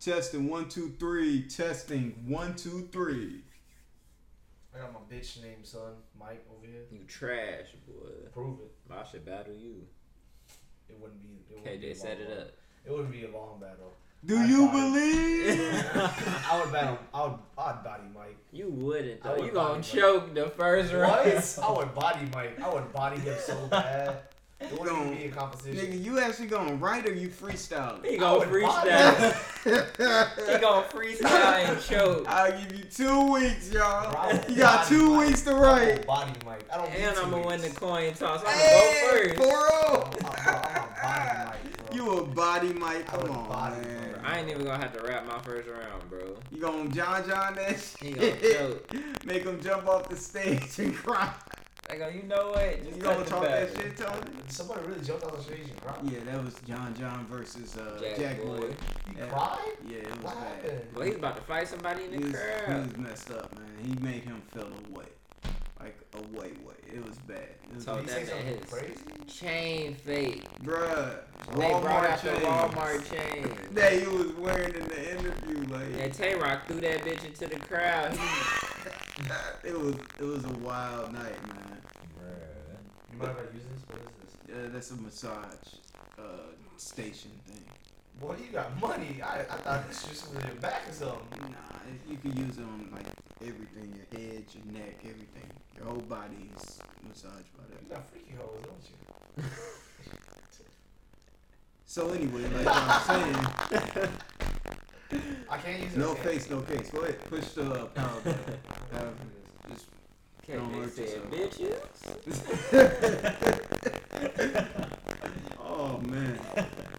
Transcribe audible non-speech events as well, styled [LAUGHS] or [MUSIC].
Testing one two three. Testing one two three. I got my bitch named son Mike over here. You trash, boy. Prove it. I should battle you. It wouldn't be. It wouldn't be a KJ set long it one. up. It wouldn't be a long battle. Do I you got it. believe? I would battle. I would. I'd body Mike. You wouldn't though. I would you gonna body choke the first What? round. [LAUGHS] I would body Mike. I would body him so bad. It wouldn't even be a competition. Nigga, you actually gonna write or you freestyling? He I gonna would body freestyle. him. he gonna freestyle and [LAUGHS] choke. I'll give you two weeks, Bro, y'all. I You got would two body weeks to Mike. I write. would Body Mike. I don't. need And two I'm gonna win the weeks. coin toss. I'm Hey, gonna go 4 first. I'm, I'm, I'm a body Mike. Bro. You a body, Mike. I would Come on, body man. Mike. I ain't even gonna have to wrap my first round, bro. You gonna John John that He gonna shit? [LAUGHS] choke. Make him jump off the stage and cry. I go, you know what? Just You cut gonna the talk that battle." shit, Tony? Somebody really jumped out of the stage and cried. Yeah, that was John John versus uh, Jack, Jack Boy. Boy. You Yeah. cried? Yeah, it was What bad. happened? Well, he's about to fight somebody He in the was, he crowd. was messed up, man. He made him feel away. Like, away, way. It was bad. It was Talk Did he say that man something his- crazy? Chain fake. Bruh. They brought Walmart out the chains Walmart chain. [LAUGHS] That he was wearing in the interview, like. [LAUGHS] And Tay Rock threw that bitch into the crowd. it was it was a wild night, man. You might have used this. What is this? Uh, that's a massage uh, station thing. Boy, you got money. I, I thought this just was your back or something. Nah, you can use it on like everything, your head, your neck, everything. Your whole body is massaged by You that. got freaky hoes, don't you? So anyway, like I'm I can't saying, use this. no hand. face, no case. Go ahead, push the uh, power button. Um, just- Don't KJ hurt said, yourself. [LAUGHS] [LAUGHS] bitches. oh man,